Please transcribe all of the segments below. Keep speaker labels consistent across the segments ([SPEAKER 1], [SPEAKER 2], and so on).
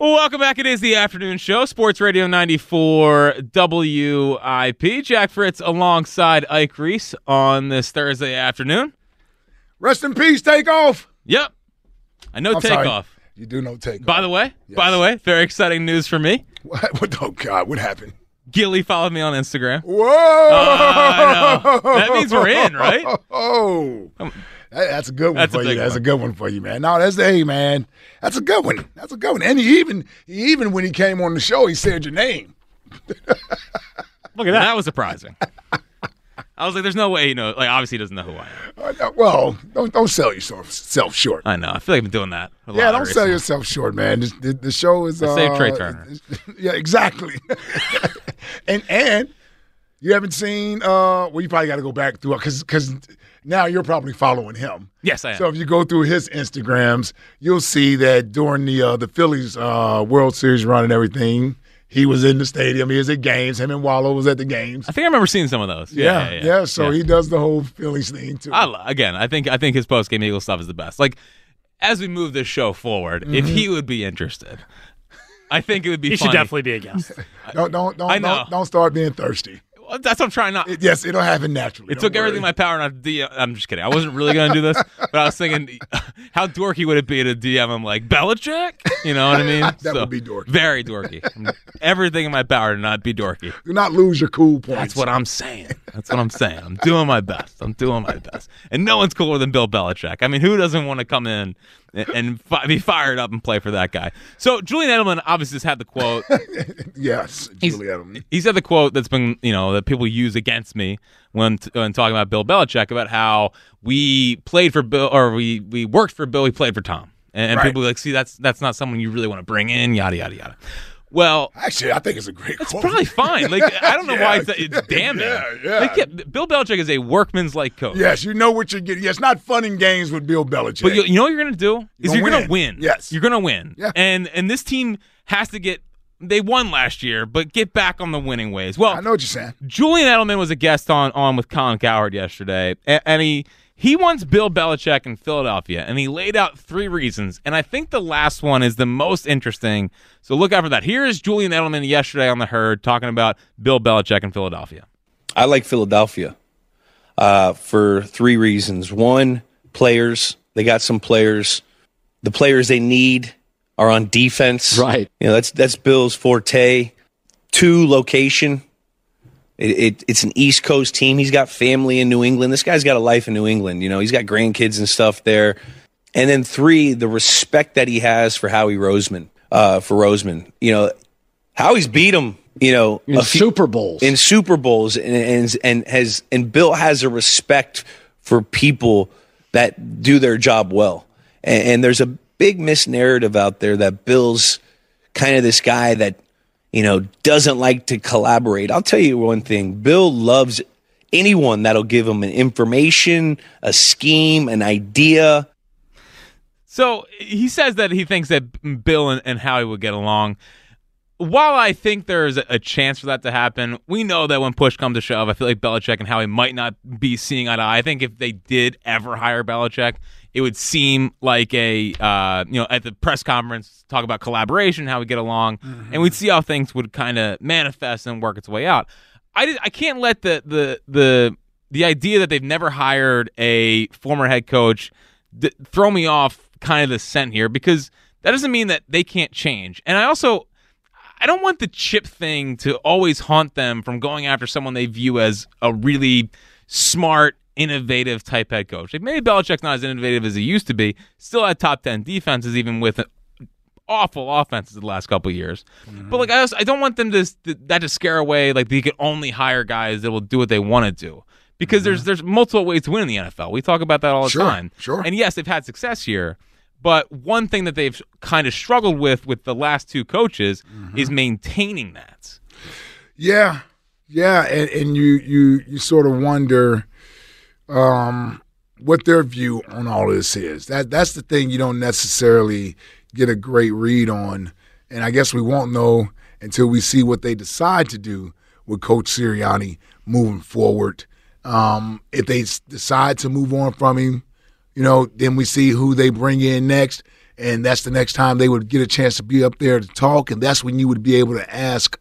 [SPEAKER 1] Welcome back. It is the afternoon show, Sports Radio 94 WIP. Jack Fritz alongside Ike Reese on this Thursday afternoon.
[SPEAKER 2] Rest in peace, takeoff.
[SPEAKER 1] Yep. I know
[SPEAKER 2] I'm sorry.
[SPEAKER 1] takeoff.
[SPEAKER 2] You do know takeoff.
[SPEAKER 1] By the way, by the way, very exciting news for me.
[SPEAKER 2] what, what- oh God, what happened?
[SPEAKER 1] Gilly followed me on Instagram.
[SPEAKER 2] Whoa!
[SPEAKER 1] Uh, I know. That means we're in, right?
[SPEAKER 2] Oh, That- that's a good one
[SPEAKER 1] That's a
[SPEAKER 2] for you.
[SPEAKER 1] big
[SPEAKER 2] That's
[SPEAKER 1] one.
[SPEAKER 2] a good one for you, man. No, that's hey, man. That's a good one. That's a good one. And he even even when he came on the show, he said your name.
[SPEAKER 1] Look at that. That was surprising. I was like, there's no way he knows. Like, obviously, he doesn't know who I am.
[SPEAKER 2] Uh, no, well, don't don't sell yourself self short.
[SPEAKER 1] I know. I feel like I've been doing that. A
[SPEAKER 2] yeah,
[SPEAKER 1] lot
[SPEAKER 2] don't sell
[SPEAKER 1] recently.
[SPEAKER 2] yourself short, man. This- The, the show is
[SPEAKER 1] I
[SPEAKER 2] uh,
[SPEAKER 1] saved Trey Turner.
[SPEAKER 2] Yeah, exactly. and and you haven't seen. Uh, well, you probably got to go back through because because now you're probably following him.
[SPEAKER 1] Yes, I am.
[SPEAKER 2] So if you go through his Instagrams, you'll see that during the uh, the Phillies uh, World Series run and everything, he was in the stadium. He was at games. Him and Wallow was at the games.
[SPEAKER 1] I think I remember seeing some of those.
[SPEAKER 2] Yeah, yeah. so
[SPEAKER 1] yeah.
[SPEAKER 2] he does the whole Phillies thing too.
[SPEAKER 1] I, lo- again, I think I think his post game Eagle stuff is the best. Like as we move this show forward, if he would be interested, I think it would be.
[SPEAKER 3] Mm-hmm. He should
[SPEAKER 1] funny.
[SPEAKER 3] definitely be a guest.
[SPEAKER 2] don't don't don't,
[SPEAKER 1] I know.
[SPEAKER 2] don't don't start being thirsty.
[SPEAKER 1] Well, That's what I'm trying not. It,
[SPEAKER 2] It, yes, it'll happen naturally. Don't
[SPEAKER 1] took everything in
[SPEAKER 2] worry.
[SPEAKER 1] my power not to DM. I'm just kidding. I wasn't really going to do this, but I was thinking, how dorky would it be to DM him like Belichick? You know what I mean?
[SPEAKER 2] That would be dorky.
[SPEAKER 1] Very dorky. everything in my power to not be dorky.
[SPEAKER 2] Do not lose your cool points.
[SPEAKER 1] That's what I'm saying. That's what I'm saying. I'm doing my best. I'm doing my best. And no one's cooler than Bill Belichick. I mean, who doesn't want to come in and, and fi- be fired up and play for that guy? So Julian Edelman obviously has had the quote.
[SPEAKER 2] Yes,
[SPEAKER 1] He's-
[SPEAKER 2] Julie Edelman.
[SPEAKER 1] He said the quote that's been, you know, that people use against me when, when talking about Bill Belichick about how we played for Bill or we we worked for Bill, we played for Tom, and, and
[SPEAKER 2] Right.
[SPEAKER 1] people are like, see, that's that's not someone you really want to bring in, yada yada yada. Well,
[SPEAKER 2] Actually, I think it's a great
[SPEAKER 1] it's
[SPEAKER 2] quote.
[SPEAKER 1] probably fine. Like I don't know why it's, it's damning.
[SPEAKER 2] Yeah, yeah.
[SPEAKER 1] Like, Bill Belichick is a workman's like coach.
[SPEAKER 2] Yes, you know what you're getting. Yes, not fun and games with Bill Belichick.
[SPEAKER 1] But you, you know what you're gonna do is
[SPEAKER 2] You're
[SPEAKER 1] you're
[SPEAKER 2] gonna
[SPEAKER 1] gonna
[SPEAKER 2] win.
[SPEAKER 1] win.
[SPEAKER 2] Yes.
[SPEAKER 1] you're gonna win.
[SPEAKER 2] Yeah.
[SPEAKER 1] And and this team has to get. They won last year, but get back on the winning ways. Well,
[SPEAKER 2] I know what you're saying.
[SPEAKER 1] Julian Edelman was a guest on on with Colin Cowherd yesterday, and, and he he wants Bill Belichick in Philadelphia, and he laid out three reasons, and I think the last one is the most interesting. So look out for that. Here is Julian Edelman yesterday on the herd talking about Bill Belichick in Philadelphia.
[SPEAKER 4] I like Philadelphia uh, for three reasons. One, players. They got some players. The players they need are on defense.
[SPEAKER 5] Right.
[SPEAKER 4] You know, that's that's Bill's forte. Two, location. It, it, it's an East Coast team. He's got family in New England. This guy's got a life in New England. You know, he's got grandkids and stuff there. And then three, the respect that he has for Howie Roseman. Uh, for Roseman, you know, Howie's beat him. You know,
[SPEAKER 5] in
[SPEAKER 4] a few-
[SPEAKER 5] Super Bowls.
[SPEAKER 4] in Super Bowls and, and and has and Bill has a respect for people that do their job well. And, and there's a big misnarrative out there that Bill's kind of this guy that you know doesn't like to collaborate. I'll tell you one thing: Bill loves anyone that'll give him an information, a scheme, an idea.
[SPEAKER 1] So he says that he thinks that Bill and, and Howie will get along. While I think there's a- a chance for that to happen, we know that when push comes to shove, I feel like Belichick and Howie might not be seeing eye to eye. I think if they did ever hire Belichick, it would seem like a uh, you know at the press conference talk about collaboration, how we get along, and we'd see how things would kind of manifest and work its way out. I did, I can't let the the the the idea that they've never hired a former head coach th- throw me off kind of the scent here because that doesn't mean that they can't change. And I also I don't want the chip thing to always haunt them from going after someone they view as a really smart, innovative type head coach. Like maybe Belichick's not as innovative as he used to be. Still had top ten defenses, even with awful offenses the last couple years.
[SPEAKER 2] Mm-hmm.
[SPEAKER 1] But like I, also, I don't want them to s- th- that to scare away like they could only hire guys that will do what they want to do. Because there's there's multiple ways to win in the NFL. We talk about that all the
[SPEAKER 2] Mm-hmm. Sure,
[SPEAKER 1] time.
[SPEAKER 2] sure.
[SPEAKER 1] And yes, they've had success here, but one thing that they've kind of struggled with with the last two coaches
[SPEAKER 2] Mm-hmm.
[SPEAKER 1] is maintaining that.
[SPEAKER 2] Yeah, yeah, and, and you you you sort of wonder um, what their view on all this is. That that's the thing you don't necessarily get a great read on, and I guess we won't know until we see what they decide to do with Coach Sirianni moving forward. Um, if they s- decide to move on from him, you know, then we see who they bring in next, and that's the next time they would get a chance to be up there to talk, and that's when you would be able to ask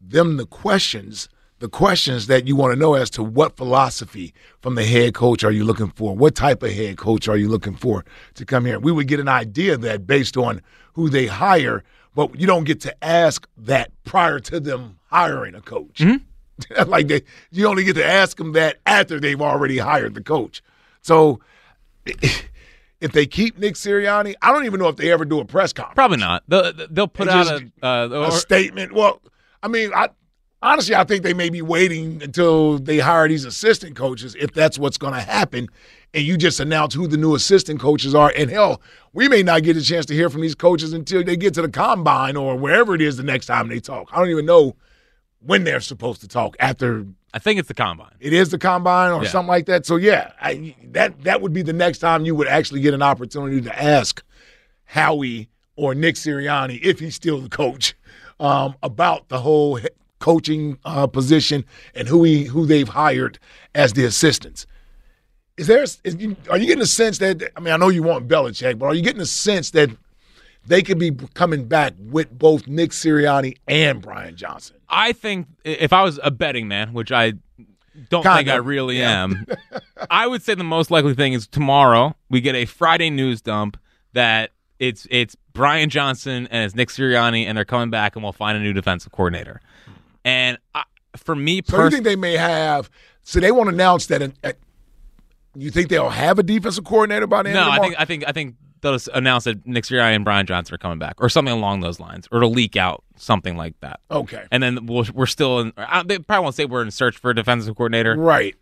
[SPEAKER 2] them the questions the questions that you want to know as to what philosophy from the head coach are you looking for what type of head coach are you looking for to come here we would get an idea of that based on who they hire but you don't get to ask that prior to them hiring a coach like they you only get to ask them that after they've already hired the coach so if they keep nick sirianni i don't even know if they ever do a press conference
[SPEAKER 1] Probably not. They'll, they'll put
[SPEAKER 2] It
[SPEAKER 1] out
[SPEAKER 2] just-
[SPEAKER 1] a, uh,
[SPEAKER 2] a
[SPEAKER 1] or-
[SPEAKER 2] statement. Well, I mean, I honestly, I think they may be waiting until they hire these assistant coaches if that's what's going to happen. And you just announce who the new assistant coaches are. And hell, we may not get a chance to hear from these coaches until they get to the combine or wherever it is the next time they talk. I don't even know when they're supposed to talk after
[SPEAKER 1] I think it's the combine.
[SPEAKER 2] it is the combine or
[SPEAKER 1] Yeah.
[SPEAKER 2] something like that. So yeah, I, that that would be the next time you would actually get an opportunity to ask Howie or Nick Sirianni if he's still the coach um, about the whole he- coaching uh, position and who he who they've hired as the assistants. Is there? Is you, are you getting a sense that I mean I know you want Belichick, but are you getting a sense that they could be coming back with both Nick Sirianni and Brian Johnson?
[SPEAKER 1] I think i- if I was a betting man, which I don't
[SPEAKER 2] Kind
[SPEAKER 1] think I
[SPEAKER 2] of.
[SPEAKER 1] really am, I would say the most likely thing is tomorrow we get a Friday news dump that it's it's Brian Johnson and it's Nick Sirianni and they're coming back and we'll find a new defensive coordinator. And I, for me
[SPEAKER 2] So you
[SPEAKER 1] personally,
[SPEAKER 2] think they may have? So they won't announce that. In, at, you think they'll have a defensive coordinator by the end?
[SPEAKER 1] no,
[SPEAKER 2] of
[SPEAKER 1] I
[SPEAKER 2] the
[SPEAKER 1] think I think I think they'll s- announce that Nick Sirianni and Brian Johnson are coming back or something along those lines, or it'll leak out something like that.
[SPEAKER 2] month? okay,
[SPEAKER 1] And then we'll, we're still in. I- They probably won't say we're in search for a defensive coordinator.
[SPEAKER 2] right.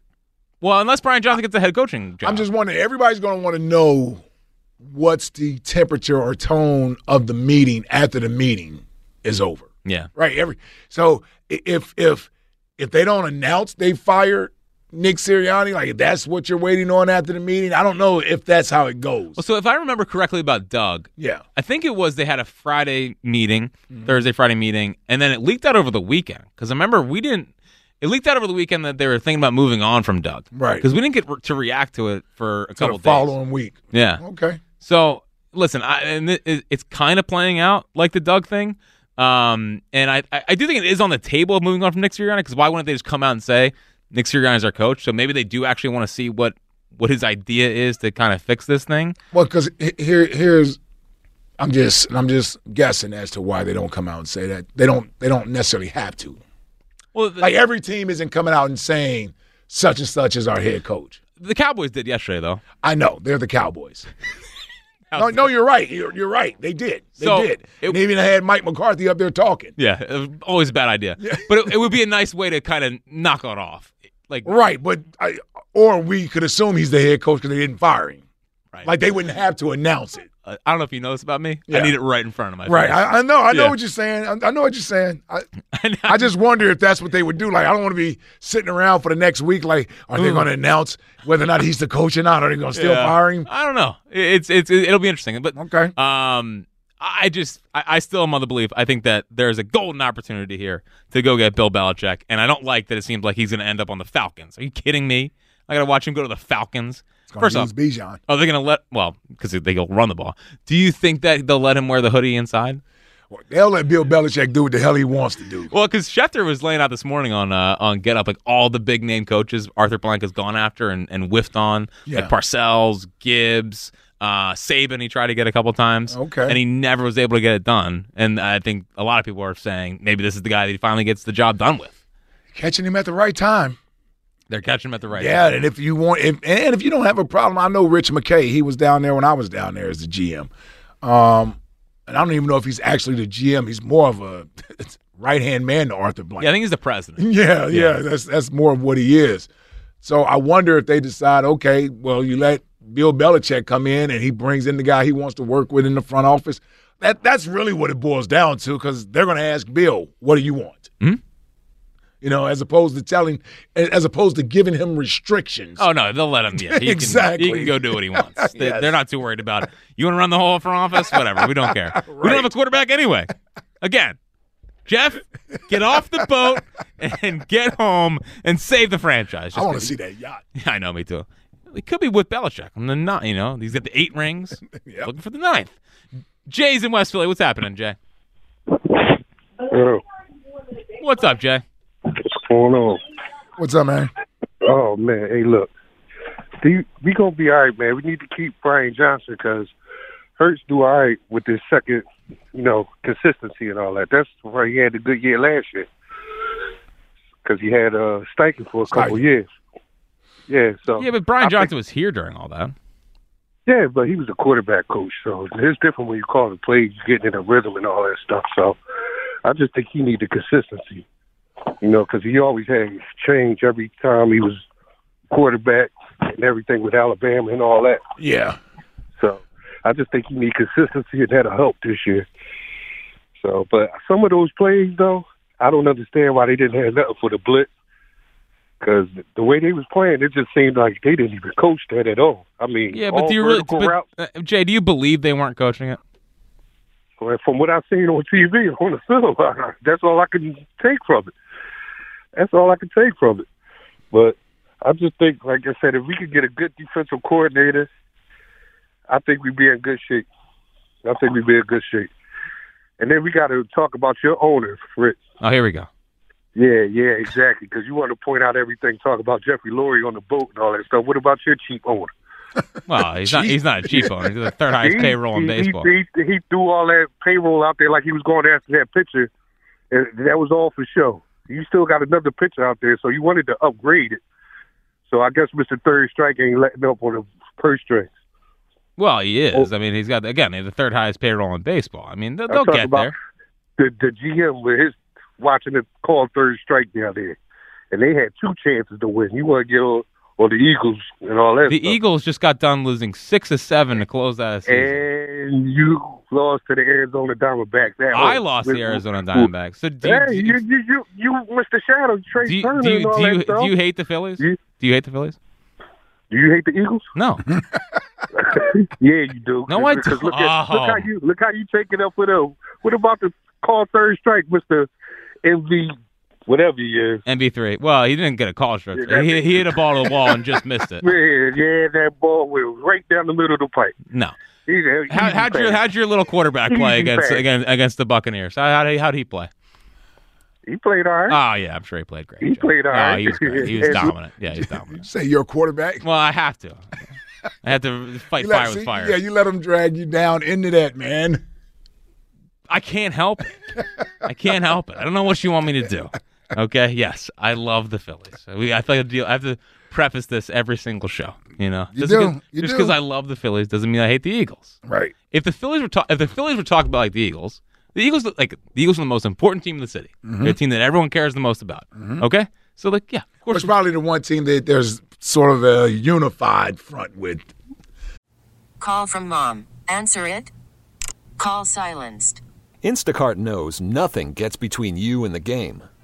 [SPEAKER 1] Well, unless Brian Johnson gets a head coaching job.
[SPEAKER 2] I'm just wondering. Everybody's going to want to know what's the temperature or tone of the meeting after the meeting is over.
[SPEAKER 1] yeah.
[SPEAKER 2] Right. Every so i- if if if they don't announce they fired Nick Sirianni, like if that's what you're waiting on after the meeting, I don't know if that's how it goes.
[SPEAKER 1] Well, so if I remember correctly about Doug,
[SPEAKER 2] yeah.
[SPEAKER 1] I think it was they had a Friday meeting,
[SPEAKER 2] Mm-hmm.
[SPEAKER 1] Thursday, Friday meeting, and then it leaked out over the weekend. Because I remember we didn't, it leaked out over the weekend that they were thinking about moving on from Doug.
[SPEAKER 2] Right.
[SPEAKER 1] Because we didn't get re- to react to it for a
[SPEAKER 2] To
[SPEAKER 1] couple
[SPEAKER 2] the
[SPEAKER 1] days.
[SPEAKER 2] following week.
[SPEAKER 1] Yeah.
[SPEAKER 2] Okay.
[SPEAKER 1] So listen, I, and it, it- it's kind of playing out like the Doug thing. Um, and I, I, I do think it is on the table of moving on from Nick Sirianni because why wouldn't they just come out and say Nick Sirianni is our coach? So maybe they do actually want to see what what his idea is to kind of fix this thing.
[SPEAKER 2] Well, because here, here's, I'm just, I'm just guessing as to why they don't come out and say that. They don't, they don't necessarily have to.
[SPEAKER 1] Well, the,
[SPEAKER 2] Like every team isn't coming out and saying such and such is our head coach.
[SPEAKER 1] the Cowboys did yesterday though.
[SPEAKER 2] I know they're the Cowboys. no, no, you're right. You're, you're right. They did. They
[SPEAKER 1] So,
[SPEAKER 2] did.
[SPEAKER 1] it-
[SPEAKER 2] and even had Mike McCarthy up there talking.
[SPEAKER 1] Yeah, uh, always a bad idea. But it, it would be a nice way to kind of knock it off. Like,
[SPEAKER 2] Right, but I, or we could assume he's the head coach because they didn't fire him.
[SPEAKER 1] Right.
[SPEAKER 2] Like they wouldn't have to announce it.
[SPEAKER 1] uh, I don't know if you know this about me. I
[SPEAKER 2] Yeah.
[SPEAKER 1] need it right in front of my
[SPEAKER 2] Right.
[SPEAKER 1] face.
[SPEAKER 2] I, I know. I know
[SPEAKER 1] Yeah.
[SPEAKER 2] what you're saying. I, I know what you're saying. I,
[SPEAKER 1] And I-
[SPEAKER 2] I just wonder if that's what they would do. Like, I don't want to be sitting around for the next week. Like, are they going to announce whether or not he's the coach or not? Are they going to still
[SPEAKER 1] Mm. Yeah.
[SPEAKER 2] fire him?
[SPEAKER 1] I don't know. It- It's it's it- it'll be interesting. But
[SPEAKER 2] Okay.
[SPEAKER 1] um, I just I, I still am of the belief. I think that there's a golden opportunity here to go get Bill Belichick, and I don't like that it seems like he's going to end up on the Falcons. Are you kidding me? I got to watch him go to the Falcons. First off,
[SPEAKER 2] Bijan.
[SPEAKER 1] are they going to let? Well, because they'll run the ball. Do you think that they'll let him wear the hoodie inside?
[SPEAKER 2] They'll let Bill Belichick do what the hell he wants to do.
[SPEAKER 1] Well, because Schefter was laying out this morning on uh, on Get Up, like all the big name coaches Arthur Blank has gone after and, and whiffed on,
[SPEAKER 2] Yeah.
[SPEAKER 1] like Parcells, Gibbs, Uh, Saban, he tried to get a couple times,
[SPEAKER 2] Okay.
[SPEAKER 1] and he never was able to get it done. And I think a lot of people are saying maybe this is the guy that he finally gets the job done with.
[SPEAKER 2] Catching him at the right time.
[SPEAKER 1] They're catching him at the right.
[SPEAKER 2] Yeah,
[SPEAKER 1] time.
[SPEAKER 2] and if you want, if, and if you don't have a problem, I know Rich McKay. He was down there when I was down there as the GM, um, and I don't even know if he's actually the GM. He's more of a right hand man to Arthur Blank.
[SPEAKER 1] yeah, I think he's the president.
[SPEAKER 2] Yeah, yeah, that's that's more of what he is. So I wonder if they decide, okay, well, you let Bill Belichick come in and he brings in the guy he wants to work with in the front office. That that's really what it boils down to because they're going to ask Bill, what do you want?
[SPEAKER 1] Hmm?
[SPEAKER 2] You know, as opposed to telling, as opposed to giving him restrictions.
[SPEAKER 1] Oh no, they'll let him. Yeah, he
[SPEAKER 2] Exactly.
[SPEAKER 1] Can, he can go do what he wants. they,
[SPEAKER 2] Yes.
[SPEAKER 1] They're not too worried about it. You want to run the whole front office? Whatever. We don't care. We don't have a quarterback anyway. Again, Jeff, get off the boat and get home and save the franchise.
[SPEAKER 2] I
[SPEAKER 1] Just-
[SPEAKER 2] want to see that yacht.
[SPEAKER 1] Yeah, I know, me too. It could be with Belichick. I'm the not. You know, he's got the eight rings. Looking for the ninth. Jay's in West Philly. What's happening, Jay?
[SPEAKER 3] Oh,
[SPEAKER 1] What's up, Jay?
[SPEAKER 3] what's going on?
[SPEAKER 2] What's up, man?
[SPEAKER 3] Oh man, hey, look, do you, we gonna be all right, man. We need to keep Brian Johnson because Hurts do all right with this second, you know, consistency and all that. That's why he had a good year last year because he had uh Steichen for a couple
[SPEAKER 2] Steichen.
[SPEAKER 3] years. Yeah, so
[SPEAKER 1] Yeah, but Brian
[SPEAKER 3] I think-
[SPEAKER 1] Johnson was here during all that.
[SPEAKER 3] yeah, but he was a quarterback coach, so it's different when you call the plays, you getting in a rhythm and all that stuff. So I just think he needed consistency, you know, because he always had his change every time he was quarterback and everything with Alabama and all that.
[SPEAKER 2] Yeah,
[SPEAKER 3] So I just think he need consistency, and that'll help this year. So, but some of those plays though, I don't understand why they didn't have nothing for the blitz. Because the way they was playing, it just seemed like they didn't even coach that at all. I mean,
[SPEAKER 1] Yeah, but
[SPEAKER 3] all
[SPEAKER 1] do you really?
[SPEAKER 3] vertical routes.
[SPEAKER 1] But, uh, Jay, do you believe they weren't coaching it?
[SPEAKER 3] Well, from what I've seen on TV and on the film, that's all I can take from it. That's all I can take from it. But I just think, like I said, if we could get a good defensive coordinator, I think we'd be in good shape. I think we'd be in good shape. And then we got to talk about your owner, Fritz.
[SPEAKER 1] Oh, here we go.
[SPEAKER 3] Yeah, yeah, exactly. Because you want to point out everything, talk about Jeffrey Lurie on the boat and all that stuff. What about your cheap owner?
[SPEAKER 1] Well, he's not. He's not a cheap owner. He's the third highest payroll in
[SPEAKER 3] he-
[SPEAKER 1] baseball.
[SPEAKER 3] He, he, he threw all that payroll out there like he was going after that pitcher, and that was all for show. You still got another pitcher out there, so you wanted to upgrade it. So I guess Mr. Third Strike ain't letting up on the purse strings.
[SPEAKER 1] Well, he is. I mean, he's got again he's the third highest payroll in baseball. I mean, they'll, they'll
[SPEAKER 3] talking
[SPEAKER 1] get
[SPEAKER 3] about-
[SPEAKER 1] there.
[SPEAKER 3] The the GM with his watching it call Third Strike down there, and they had two chances to win. You want to get on, on the Eagles and all that.
[SPEAKER 1] The
[SPEAKER 3] stuff.
[SPEAKER 1] Eagles just got done losing six of seven to close out a season.
[SPEAKER 3] And you lost to the Arizona Diamondbacks. That
[SPEAKER 1] I
[SPEAKER 3] home.
[SPEAKER 1] lost
[SPEAKER 3] With-
[SPEAKER 1] the Arizona Diamondbacks. So do you,
[SPEAKER 3] Hey,
[SPEAKER 1] do
[SPEAKER 3] you,
[SPEAKER 1] you,
[SPEAKER 3] you, you, you, Mr. Shadow, Trey
[SPEAKER 1] do you,
[SPEAKER 3] Turner,
[SPEAKER 1] do you,
[SPEAKER 3] and all
[SPEAKER 1] do you,
[SPEAKER 3] that stuff.
[SPEAKER 1] do you hate the Phillies?
[SPEAKER 3] You-
[SPEAKER 1] Do you hate the Phillies?
[SPEAKER 3] Do you hate the Eagles?
[SPEAKER 1] No.
[SPEAKER 3] yeah, you do.
[SPEAKER 1] No,
[SPEAKER 3] 'Cause-
[SPEAKER 1] I don't.
[SPEAKER 3] 'cause Look, at,
[SPEAKER 1] Oh.
[SPEAKER 3] look how you look how you take it up with them. What about the call third strike, Mister MV, whatever he is?
[SPEAKER 1] MB three. Well, he didn't get a call shot.
[SPEAKER 3] Yeah, that-
[SPEAKER 1] He, he hit a ball to the wall and just missed it.
[SPEAKER 3] Man, yeah, that ball went right down the middle of the pipe.
[SPEAKER 1] No.
[SPEAKER 3] He's a-
[SPEAKER 1] How,
[SPEAKER 3] he's a
[SPEAKER 1] how'd your
[SPEAKER 3] fan.
[SPEAKER 1] how'd your little quarterback play
[SPEAKER 3] Easy
[SPEAKER 1] against
[SPEAKER 3] pass.
[SPEAKER 1] against against the Buccaneers? How how'd he, how'd he play?
[SPEAKER 3] he played all right.
[SPEAKER 1] Oh yeah, I'm sure he played great.
[SPEAKER 3] He
[SPEAKER 1] Joe.
[SPEAKER 3] played all
[SPEAKER 1] No,
[SPEAKER 3] right.
[SPEAKER 1] He was great. He was
[SPEAKER 3] And-
[SPEAKER 1] dominant. Yeah, he was dominant.
[SPEAKER 2] say you're a quarterback.
[SPEAKER 1] Well, I have to. I have to fight
[SPEAKER 2] You let-
[SPEAKER 1] fire with
[SPEAKER 2] see,
[SPEAKER 1] fire.
[SPEAKER 2] Yeah, you let him drag you down into that, man.
[SPEAKER 1] I can't help it. I can't help it. I don't know what you want me to do. Okay. Yes, I love the Phillies. We, I feel like a deal. I have to preface this every single show. You know,
[SPEAKER 2] You
[SPEAKER 1] just
[SPEAKER 2] do.
[SPEAKER 1] Cause,
[SPEAKER 2] You
[SPEAKER 1] just
[SPEAKER 2] do.
[SPEAKER 1] because I love the Phillies doesn't mean I hate the Eagles.
[SPEAKER 2] Right.
[SPEAKER 1] If the Phillies were talk, if the Phillies were talking about like the Eagles, the Eagles look like the Eagles are the most important team in the city.
[SPEAKER 2] Mm-hmm.
[SPEAKER 1] They're a team that everyone cares the most about. Okay. So like, yeah, of course.
[SPEAKER 2] It's probably the one team that there's sort of a unified front with.
[SPEAKER 6] Call from mom. Answer it. Call silenced.
[SPEAKER 7] Instacart knows nothing gets between you and the game.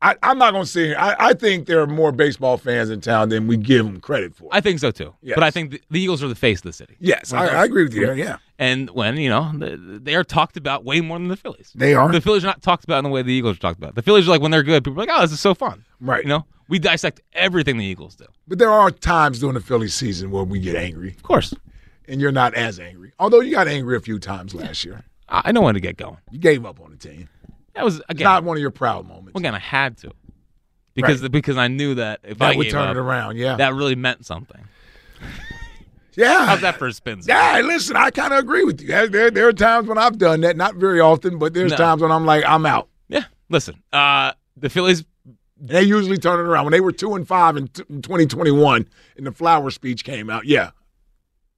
[SPEAKER 2] I, I'm not going to sit here. I, I think there are more baseball fans in town than we give them credit for.
[SPEAKER 1] I think so too.
[SPEAKER 2] Yes.
[SPEAKER 1] But I think the, the Eagles are the face of the city.
[SPEAKER 2] yes, I, I agree with you there. Yeah,
[SPEAKER 1] And when, you know, they, they are talked about way more than the Phillies.
[SPEAKER 2] They are.
[SPEAKER 1] The Phillies are not talked about in the way the Eagles are talked about. The Phillies are like, when they're good, people are like, oh, this is so fun.
[SPEAKER 2] Right.
[SPEAKER 1] You know, we dissect everything the Eagles do. Of
[SPEAKER 2] but there are times during the Philly season where we get angry,
[SPEAKER 1] course.
[SPEAKER 2] and you're not as angry. Although you got angry a few times last year,
[SPEAKER 1] I I know when to get going.
[SPEAKER 2] you gave up on the team.
[SPEAKER 1] That was, again,
[SPEAKER 2] Not one of your proud moments.
[SPEAKER 1] again, I had to. Because, because I knew that if I
[SPEAKER 2] that would
[SPEAKER 1] gave
[SPEAKER 2] turn
[SPEAKER 1] up,
[SPEAKER 2] it around. Yeah,
[SPEAKER 1] that really meant something.
[SPEAKER 2] yeah.
[SPEAKER 1] How's that for a spin? zone?
[SPEAKER 2] Yeah, listen, I kind of agree with you. There- There, there are times when I've done that, not very often, but there's
[SPEAKER 1] No.
[SPEAKER 2] times when I'm like, I'm out.
[SPEAKER 1] Yeah. Listen, uh, the Phillies
[SPEAKER 2] And they usually turn it around. When they were two and five in, t- in 2021, and the flower speech came out, yeah,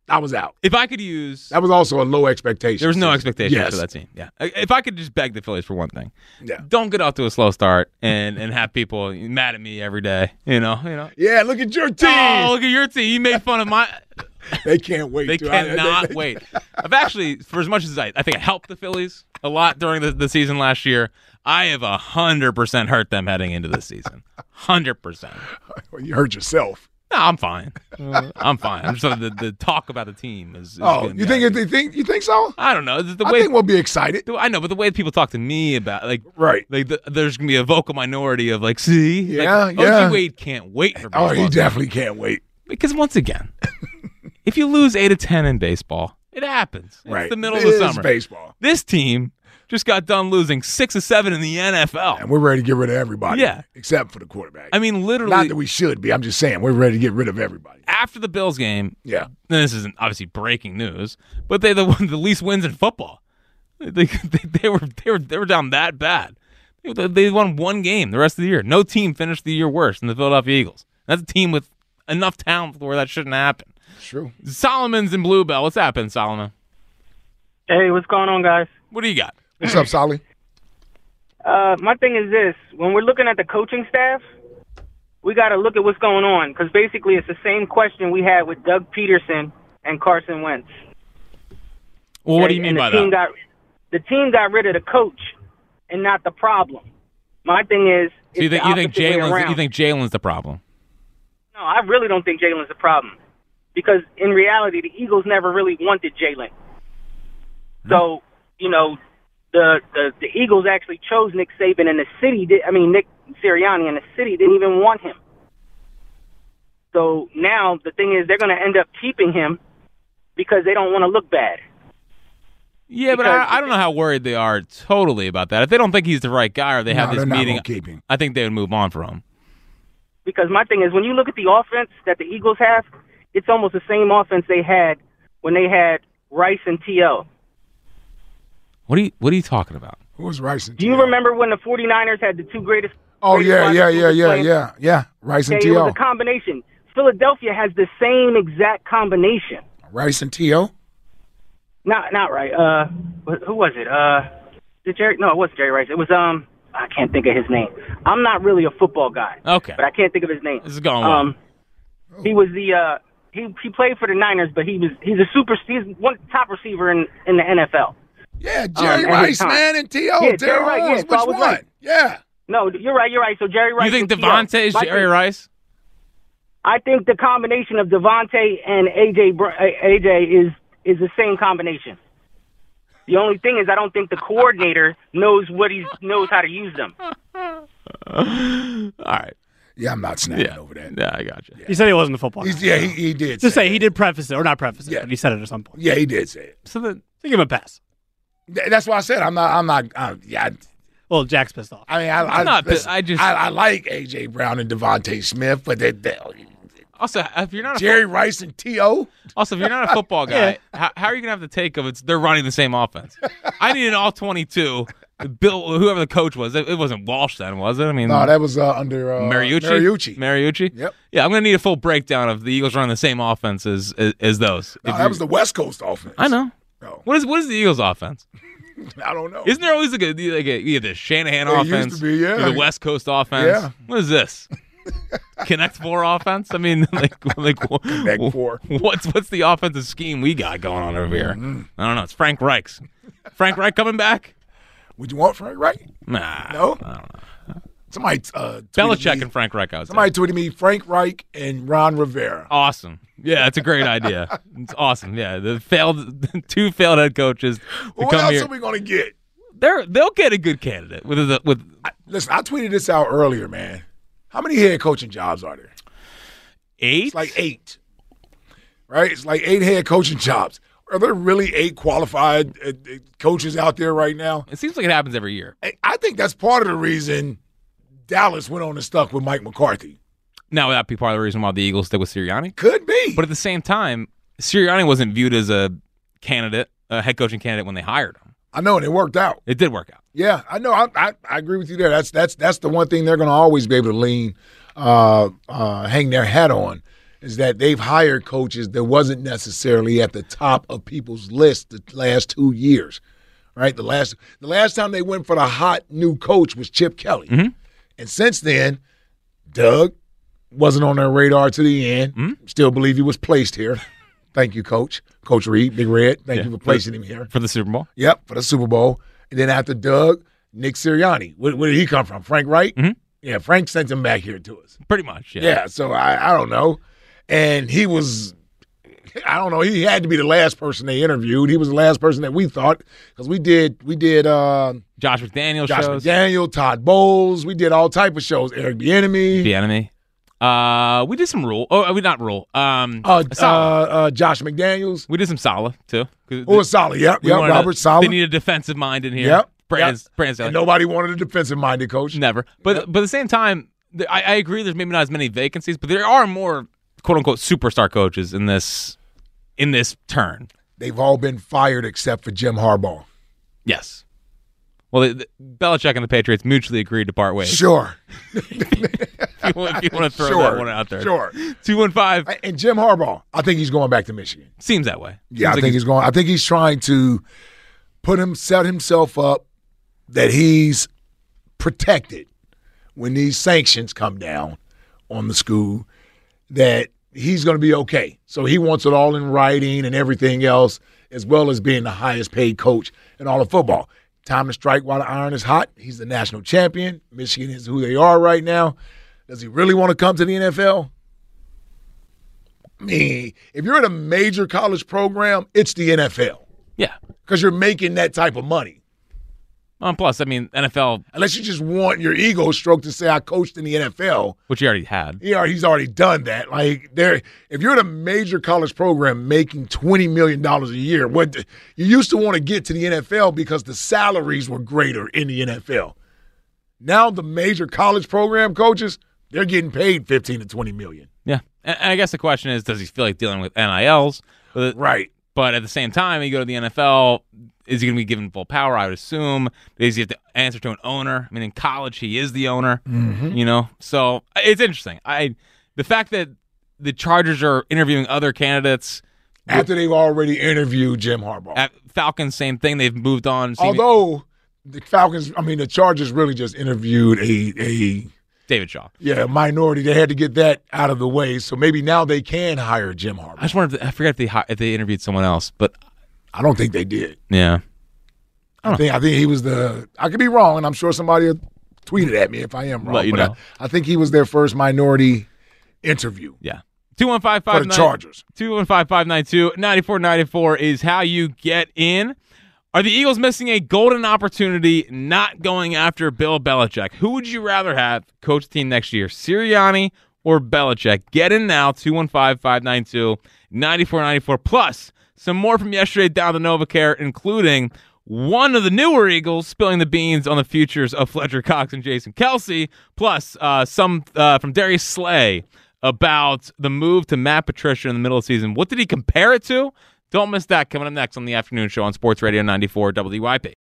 [SPEAKER 2] I was out.
[SPEAKER 1] If I could use,
[SPEAKER 2] That was also a low expectation.
[SPEAKER 1] there was no expectation
[SPEAKER 2] Yes.
[SPEAKER 1] for that team. Yeah. I- If I could just beg the Phillies for one thing,
[SPEAKER 2] Yeah.
[SPEAKER 1] don't get off to a slow start and and have people mad at me every day. You know, you know.
[SPEAKER 2] Yeah, look at your team.
[SPEAKER 1] Oh, look at your team. You made fun of my.
[SPEAKER 2] They can't wait.
[SPEAKER 1] They
[SPEAKER 2] dude. I-
[SPEAKER 1] cannot
[SPEAKER 2] they-
[SPEAKER 1] wait. I've actually, for as much as I, I think I helped the Phillies a lot during the, the season last year. I have a hundred percent hurt them heading into this season. Hundred percent.
[SPEAKER 2] Well, you hurt yourself.
[SPEAKER 1] No, I'm fine. I'm fine. I'm just the, the talk about the team is. is
[SPEAKER 2] Oh,
[SPEAKER 1] gonna
[SPEAKER 2] you
[SPEAKER 1] be
[SPEAKER 2] think?
[SPEAKER 1] out.
[SPEAKER 2] You think? You think so?
[SPEAKER 1] I don't know. The, the
[SPEAKER 2] I
[SPEAKER 1] way
[SPEAKER 2] think we'll be excited.
[SPEAKER 1] The- I know, but the way people talk to me about like
[SPEAKER 2] Right.
[SPEAKER 1] like the, there's gonna be a vocal minority of like, see,
[SPEAKER 2] Yeah,
[SPEAKER 1] like,
[SPEAKER 2] yeah.
[SPEAKER 1] OG Wade can't wait for
[SPEAKER 2] Oh,
[SPEAKER 1] baseball
[SPEAKER 2] he definitely can't wait.
[SPEAKER 1] because once again, if you lose eight to ten in baseball, it happens.
[SPEAKER 2] Right.
[SPEAKER 1] it's the middle
[SPEAKER 2] It
[SPEAKER 1] of
[SPEAKER 2] is
[SPEAKER 1] the summer.
[SPEAKER 2] baseball,
[SPEAKER 1] This team just got done losing six or seven in the NFL.
[SPEAKER 2] and we're ready to get rid of everybody.
[SPEAKER 1] Yeah.
[SPEAKER 2] except for the quarterback.
[SPEAKER 1] I mean,
[SPEAKER 2] not
[SPEAKER 1] literally
[SPEAKER 2] that we should be. I'm just saying we're ready to get rid of everybody.
[SPEAKER 1] after the Bills game,
[SPEAKER 2] Yeah.
[SPEAKER 1] and this isn't obviously breaking news, but they the one the least wins in football. They, they, they were they were they were down that bad. They, they won one game the rest of the year. No team finished the year worse than the Philadelphia Eagles. That's a team with enough talent where that shouldn't happen.
[SPEAKER 2] True.
[SPEAKER 1] Solomon's in Bluebell. What's happening, Solomon?
[SPEAKER 3] Hey, what's going on, guys?
[SPEAKER 1] What do you got?
[SPEAKER 2] What's up, Solly?
[SPEAKER 3] Uh, my thing is this: when we're looking at the coaching staff, we got to look at what's going on because basically it's the same question we had with Doug Peterson and Carson Wentz.
[SPEAKER 1] Well, what do
[SPEAKER 3] And-
[SPEAKER 1] you mean
[SPEAKER 3] and
[SPEAKER 1] by
[SPEAKER 3] the team
[SPEAKER 1] that?
[SPEAKER 3] Got, the team got rid of the coach and not the problem. My thing is,
[SPEAKER 1] So you
[SPEAKER 3] it's
[SPEAKER 1] think
[SPEAKER 3] the
[SPEAKER 1] you think
[SPEAKER 3] opposite way
[SPEAKER 1] Jalen's you
[SPEAKER 3] around.
[SPEAKER 1] think Jalen's the problem?
[SPEAKER 3] No, I really don't think Jalen's the problem because in reality, the Eagles never really wanted Jalen. So you know, the, the the Eagles actually chose Nick Saban, and the city did. I mean, Nick Sirianni and the city didn't even want him. So now the thing is, they're going to end up keeping him because they don't want to look bad.
[SPEAKER 1] Yeah, but
[SPEAKER 3] Because-
[SPEAKER 1] I, I don't know how worried they are totally about that. If they don't think he's the right guy, or they have
[SPEAKER 2] No,
[SPEAKER 1] this
[SPEAKER 2] they're not
[SPEAKER 1] meeting,
[SPEAKER 2] gonna keep him.
[SPEAKER 1] I think they would move on from him.
[SPEAKER 3] Because my thing is, when you look at the offense that the Eagles have, it's almost the same offense they had when they had Rice and T.O.
[SPEAKER 1] What are you What are you talking about?
[SPEAKER 2] Who was Rice? And
[SPEAKER 3] Do you
[SPEAKER 2] T.O.?
[SPEAKER 3] remember when the 49ers had the two greatest?
[SPEAKER 2] Oh
[SPEAKER 3] greatest
[SPEAKER 2] yeah,
[SPEAKER 3] wide
[SPEAKER 2] yeah, yeah,
[SPEAKER 3] receivers
[SPEAKER 2] yeah,
[SPEAKER 3] playing?
[SPEAKER 2] yeah, yeah. Rice and
[SPEAKER 3] Okay, it was
[SPEAKER 2] T.O.
[SPEAKER 3] a combination. Philadelphia has the same exact combination.
[SPEAKER 2] Rice and T.O.
[SPEAKER 3] Not not right. Uh, wh- who was it? Uh, did Jerry? No, it wasn't Jerry Rice. It was um, I can't think of his name. I'm not really a football guy.
[SPEAKER 1] Okay.
[SPEAKER 3] but I can't think of his name.
[SPEAKER 1] This is going well.
[SPEAKER 3] Um,
[SPEAKER 2] Oh.
[SPEAKER 3] he was the uh, he he played for the Niners, but he was he's a super he's one top receiver in in the NFL.
[SPEAKER 2] Yeah, Jerry
[SPEAKER 3] every
[SPEAKER 2] Rice,
[SPEAKER 3] time.
[SPEAKER 2] man, and T.O.
[SPEAKER 3] Yeah, Jerry
[SPEAKER 2] Terrell
[SPEAKER 3] Rice, yeah,
[SPEAKER 2] Owens,
[SPEAKER 3] so
[SPEAKER 2] which
[SPEAKER 3] I was
[SPEAKER 2] one?
[SPEAKER 3] right.
[SPEAKER 2] Yeah.
[SPEAKER 3] No, you're right. You're right. So Jerry Rice.
[SPEAKER 1] you think
[SPEAKER 3] and T.O.
[SPEAKER 1] Devontae is
[SPEAKER 3] My
[SPEAKER 1] Jerry
[SPEAKER 3] thing-
[SPEAKER 1] Rice?
[SPEAKER 3] I think the combination of Devontae and AJ Br- A- AJ is is the same combination. The only thing is, I don't think the coordinator knows what he knows how to use them.
[SPEAKER 1] All right.
[SPEAKER 2] Yeah, I'm not snapping
[SPEAKER 1] Yeah.
[SPEAKER 2] over that.
[SPEAKER 1] Yeah, I got you.
[SPEAKER 8] He said he wasn't a football.
[SPEAKER 2] He's,
[SPEAKER 8] guy.
[SPEAKER 2] yeah, he, he did.
[SPEAKER 8] Just say he did preface it or not preface it,
[SPEAKER 2] Yeah.
[SPEAKER 8] but he said it at some point.
[SPEAKER 2] Yeah, he did say it.
[SPEAKER 8] So then, so give him a pass.
[SPEAKER 2] Th- That's why I said I'm not. I'm not. I'm, yeah, I-
[SPEAKER 8] Well, Jack's pissed off.
[SPEAKER 2] I mean, I, I,
[SPEAKER 1] I'm not, but
[SPEAKER 2] listen,
[SPEAKER 1] I just-
[SPEAKER 2] I, I like AJ Brown and Devontae Smith, but they, they,
[SPEAKER 1] Also, if you're not a,
[SPEAKER 2] Jerry Rice and To.
[SPEAKER 1] also if you're not a football guy, how, how are you gonna have the take of it's they're running the same offense? I need an all 22. Bill, whoever the coach was, it, it wasn't Walsh then, was it? I mean,
[SPEAKER 2] No, that was uh, under uh,
[SPEAKER 1] Mm. Mariucci.
[SPEAKER 2] Mariucci.
[SPEAKER 1] Mariucci.
[SPEAKER 2] Yep.
[SPEAKER 1] Yeah, I'm gonna need a full breakdown of the Eagles running the same offense as as, as those.
[SPEAKER 2] No,
[SPEAKER 1] If
[SPEAKER 2] that
[SPEAKER 1] you-
[SPEAKER 2] was the West Coast offense.
[SPEAKER 1] I know.
[SPEAKER 2] No,
[SPEAKER 1] What is what is the Eagles offense?
[SPEAKER 2] I don't know.
[SPEAKER 1] Isn't there always like a like a yeah, the Shanahan
[SPEAKER 2] It used to
[SPEAKER 1] offense,
[SPEAKER 2] be, yeah.
[SPEAKER 1] or the West Coast offense?
[SPEAKER 2] Yeah.
[SPEAKER 1] What is this? Connect four offense? I mean, like like wh-
[SPEAKER 2] Connect four. Mm-hmm.
[SPEAKER 1] What's what's the offensive scheme we got going on over here? I don't know. It's Frank Reich's. Frank Reich coming back?
[SPEAKER 2] Would you want Frank Reich?
[SPEAKER 1] Nah.
[SPEAKER 2] No. Somebody. Uh, tweeted
[SPEAKER 1] Belichick
[SPEAKER 2] me-
[SPEAKER 1] and Frank Reich. I would say.
[SPEAKER 2] Somebody tweeted me Frank Reich and Ron Rivera.
[SPEAKER 1] Awesome. Yeah, that's a great idea. It's awesome. Yeah, the failed two failed head coaches to
[SPEAKER 2] Well, what
[SPEAKER 1] come
[SPEAKER 2] else
[SPEAKER 1] here.
[SPEAKER 2] are we gonna get?
[SPEAKER 1] They're they'll get a good candidate with the, with
[SPEAKER 2] Listen, I tweeted this out earlier, man. How many head coaching jobs are there?
[SPEAKER 1] eight.
[SPEAKER 2] It's like eight, right? It's like eight head coaching jobs. Are there really eight qualified uh, uh, coaches out there right now?
[SPEAKER 1] it seems like it happens every year.
[SPEAKER 2] I- I think that's part of the reason Dallas went on and stuck with Mike McCarthy.
[SPEAKER 1] Now would that be part of the reason why the Eagles stick with Sirianni?
[SPEAKER 2] Could be.
[SPEAKER 1] But at the same time, Sirianni wasn't viewed as a candidate, a head coaching candidate when they hired him.
[SPEAKER 2] I know, and it worked out.
[SPEAKER 1] It did work out.
[SPEAKER 2] Yeah, I know. I, I, I agree with you there. That's that's that's the one thing they're going to always be able to lean, uh, uh, hang their hat on, is that they've hired coaches that wasn't necessarily at the top of people's list the last two years, right? The last the last time they went for the hot new coach was Chip Kelly, and since then, Doug wasn't on their radar to the end. Still believe he was placed here. Thank you, Coach. Coach Reed, Big Red. Thank you for placing him here.
[SPEAKER 1] For the Super Bowl?
[SPEAKER 2] Yep, for the Super Bowl. And then after Doug, Nick Sirianni. Where, where did he come from? Frank Wright?
[SPEAKER 1] Mhm.
[SPEAKER 2] Yeah, Frank sent him back here to us.
[SPEAKER 1] Pretty much. Yeah.
[SPEAKER 2] Yeah, so I, I don't know. And he was, I don't know, he had to be the last person they interviewed. He was the last person that we thought, because we did, we did uh,
[SPEAKER 1] Josh McDaniel
[SPEAKER 2] Josh
[SPEAKER 1] shows.
[SPEAKER 2] McDaniel, Todd Bowles, we did all type of shows, Eric Bieniemy,
[SPEAKER 1] The enemy. Uh, we did some rule. Oh, we not rule. Um,
[SPEAKER 2] uh, uh,
[SPEAKER 1] Saleh.
[SPEAKER 2] uh, Josh McDaniels.
[SPEAKER 1] we did some Sala too. 'Cause
[SPEAKER 2] Who was Solid? Yep,
[SPEAKER 1] we
[SPEAKER 2] yep,
[SPEAKER 1] wanted a-
[SPEAKER 2] Robert Solid.
[SPEAKER 1] They need a defensive mind in here.
[SPEAKER 2] Yep,
[SPEAKER 1] Brandon's
[SPEAKER 2] yep.
[SPEAKER 1] Brandon's
[SPEAKER 2] And nobody wanted a defensive minded coach.
[SPEAKER 1] Never. But but at the same time, th- I, I agree. There's maybe not as many vacancies, but there are more quote unquote superstar coaches in this in this turn.
[SPEAKER 2] They've all been fired except for Jim Harbaugh.
[SPEAKER 1] Yes. Well, the, the, Belichick and the Patriots mutually agreed to part ways.
[SPEAKER 2] Sure.
[SPEAKER 1] if you want, if you want to throw
[SPEAKER 2] Sure.
[SPEAKER 1] that one out there,
[SPEAKER 2] Sure.
[SPEAKER 1] Two one five
[SPEAKER 2] I- And Jim Harbaugh, I think he's going back to Michigan.
[SPEAKER 1] seems that way.
[SPEAKER 2] Yeah, I
[SPEAKER 1] Seems like
[SPEAKER 2] think he's going. I think he's trying to put him set himself up that he's protected when these sanctions come down on the school. That he's going to be okay. So he wants it all in writing and everything else, as well as being the highest paid coach in all of football. Time to strike while the iron is hot. He's the national champion. Michigan is who they are right now. Does he really want to come to the NFL? I mean, if you're at a major college program, it's the NFL
[SPEAKER 1] yeah.
[SPEAKER 2] because you're making that type of money.
[SPEAKER 1] Um, plus, I mean, NFL,
[SPEAKER 2] Unless you just want your ego stroke to say I coached in the NFL,
[SPEAKER 1] which you already had.
[SPEAKER 2] yeah, he's already done that. Like there, if you're at a major college program making twenty million dollars a year, what the- you used to want to get to the NFL because the salaries were greater in the NFL. Now the major college program coaches they're getting paid fifteen to twenty million.
[SPEAKER 1] Yeah. And, and I guess the question is, does he feel like dealing with NILs? Uh,
[SPEAKER 2] Right.
[SPEAKER 1] But at the same time, you go to the NFL. Is he going to be given full power? I would assume. Does he have to answer to an owner? I mean, in college, he is the owner.
[SPEAKER 2] Mm-hmm.
[SPEAKER 1] You know, so it's interesting. I the fact that the Chargers are interviewing other candidates.
[SPEAKER 2] After they've already interviewed Jim Harbaugh.
[SPEAKER 1] At Falcons, same thing. They've moved on. Seen
[SPEAKER 2] Although the Falcons, I mean, the Chargers really just interviewed a a
[SPEAKER 1] David Shaw.
[SPEAKER 2] yeah minority. They had to get that out of the way, so maybe now they can hire Jim
[SPEAKER 1] I
[SPEAKER 2] Harbaugh.
[SPEAKER 1] just wondered. If, I forget if they hi- if they interviewed someone else, but
[SPEAKER 2] I don't think they did.
[SPEAKER 1] yeah,
[SPEAKER 2] I think I think he was the. I could be wrong, and I'm sure somebody tweeted at me if I am wrong.
[SPEAKER 1] Let you
[SPEAKER 2] but
[SPEAKER 1] know.
[SPEAKER 2] I, I think he was their first minority interview
[SPEAKER 1] yeah. Two one five
[SPEAKER 2] for
[SPEAKER 1] five
[SPEAKER 2] the Chargers.
[SPEAKER 1] 215-592-9494 is how you get in. Are the Eagles missing a golden opportunity not going after Bill Belichick? Who would you rather have coach the team next year, Sirianni or Belichick? Get in now, 215 592 9494. Plus, some more from yesterday down to Novacare, including one of the newer Eagles spilling the beans on the futures of Fletcher Cox and Jason Kelsey, plus uh, some uh, from Darius Slay about the move to Matt Patricia in the middle of the season. What did he compare it to? Don't miss that coming up next on the afternoon show on Sports Radio 94 WDYP.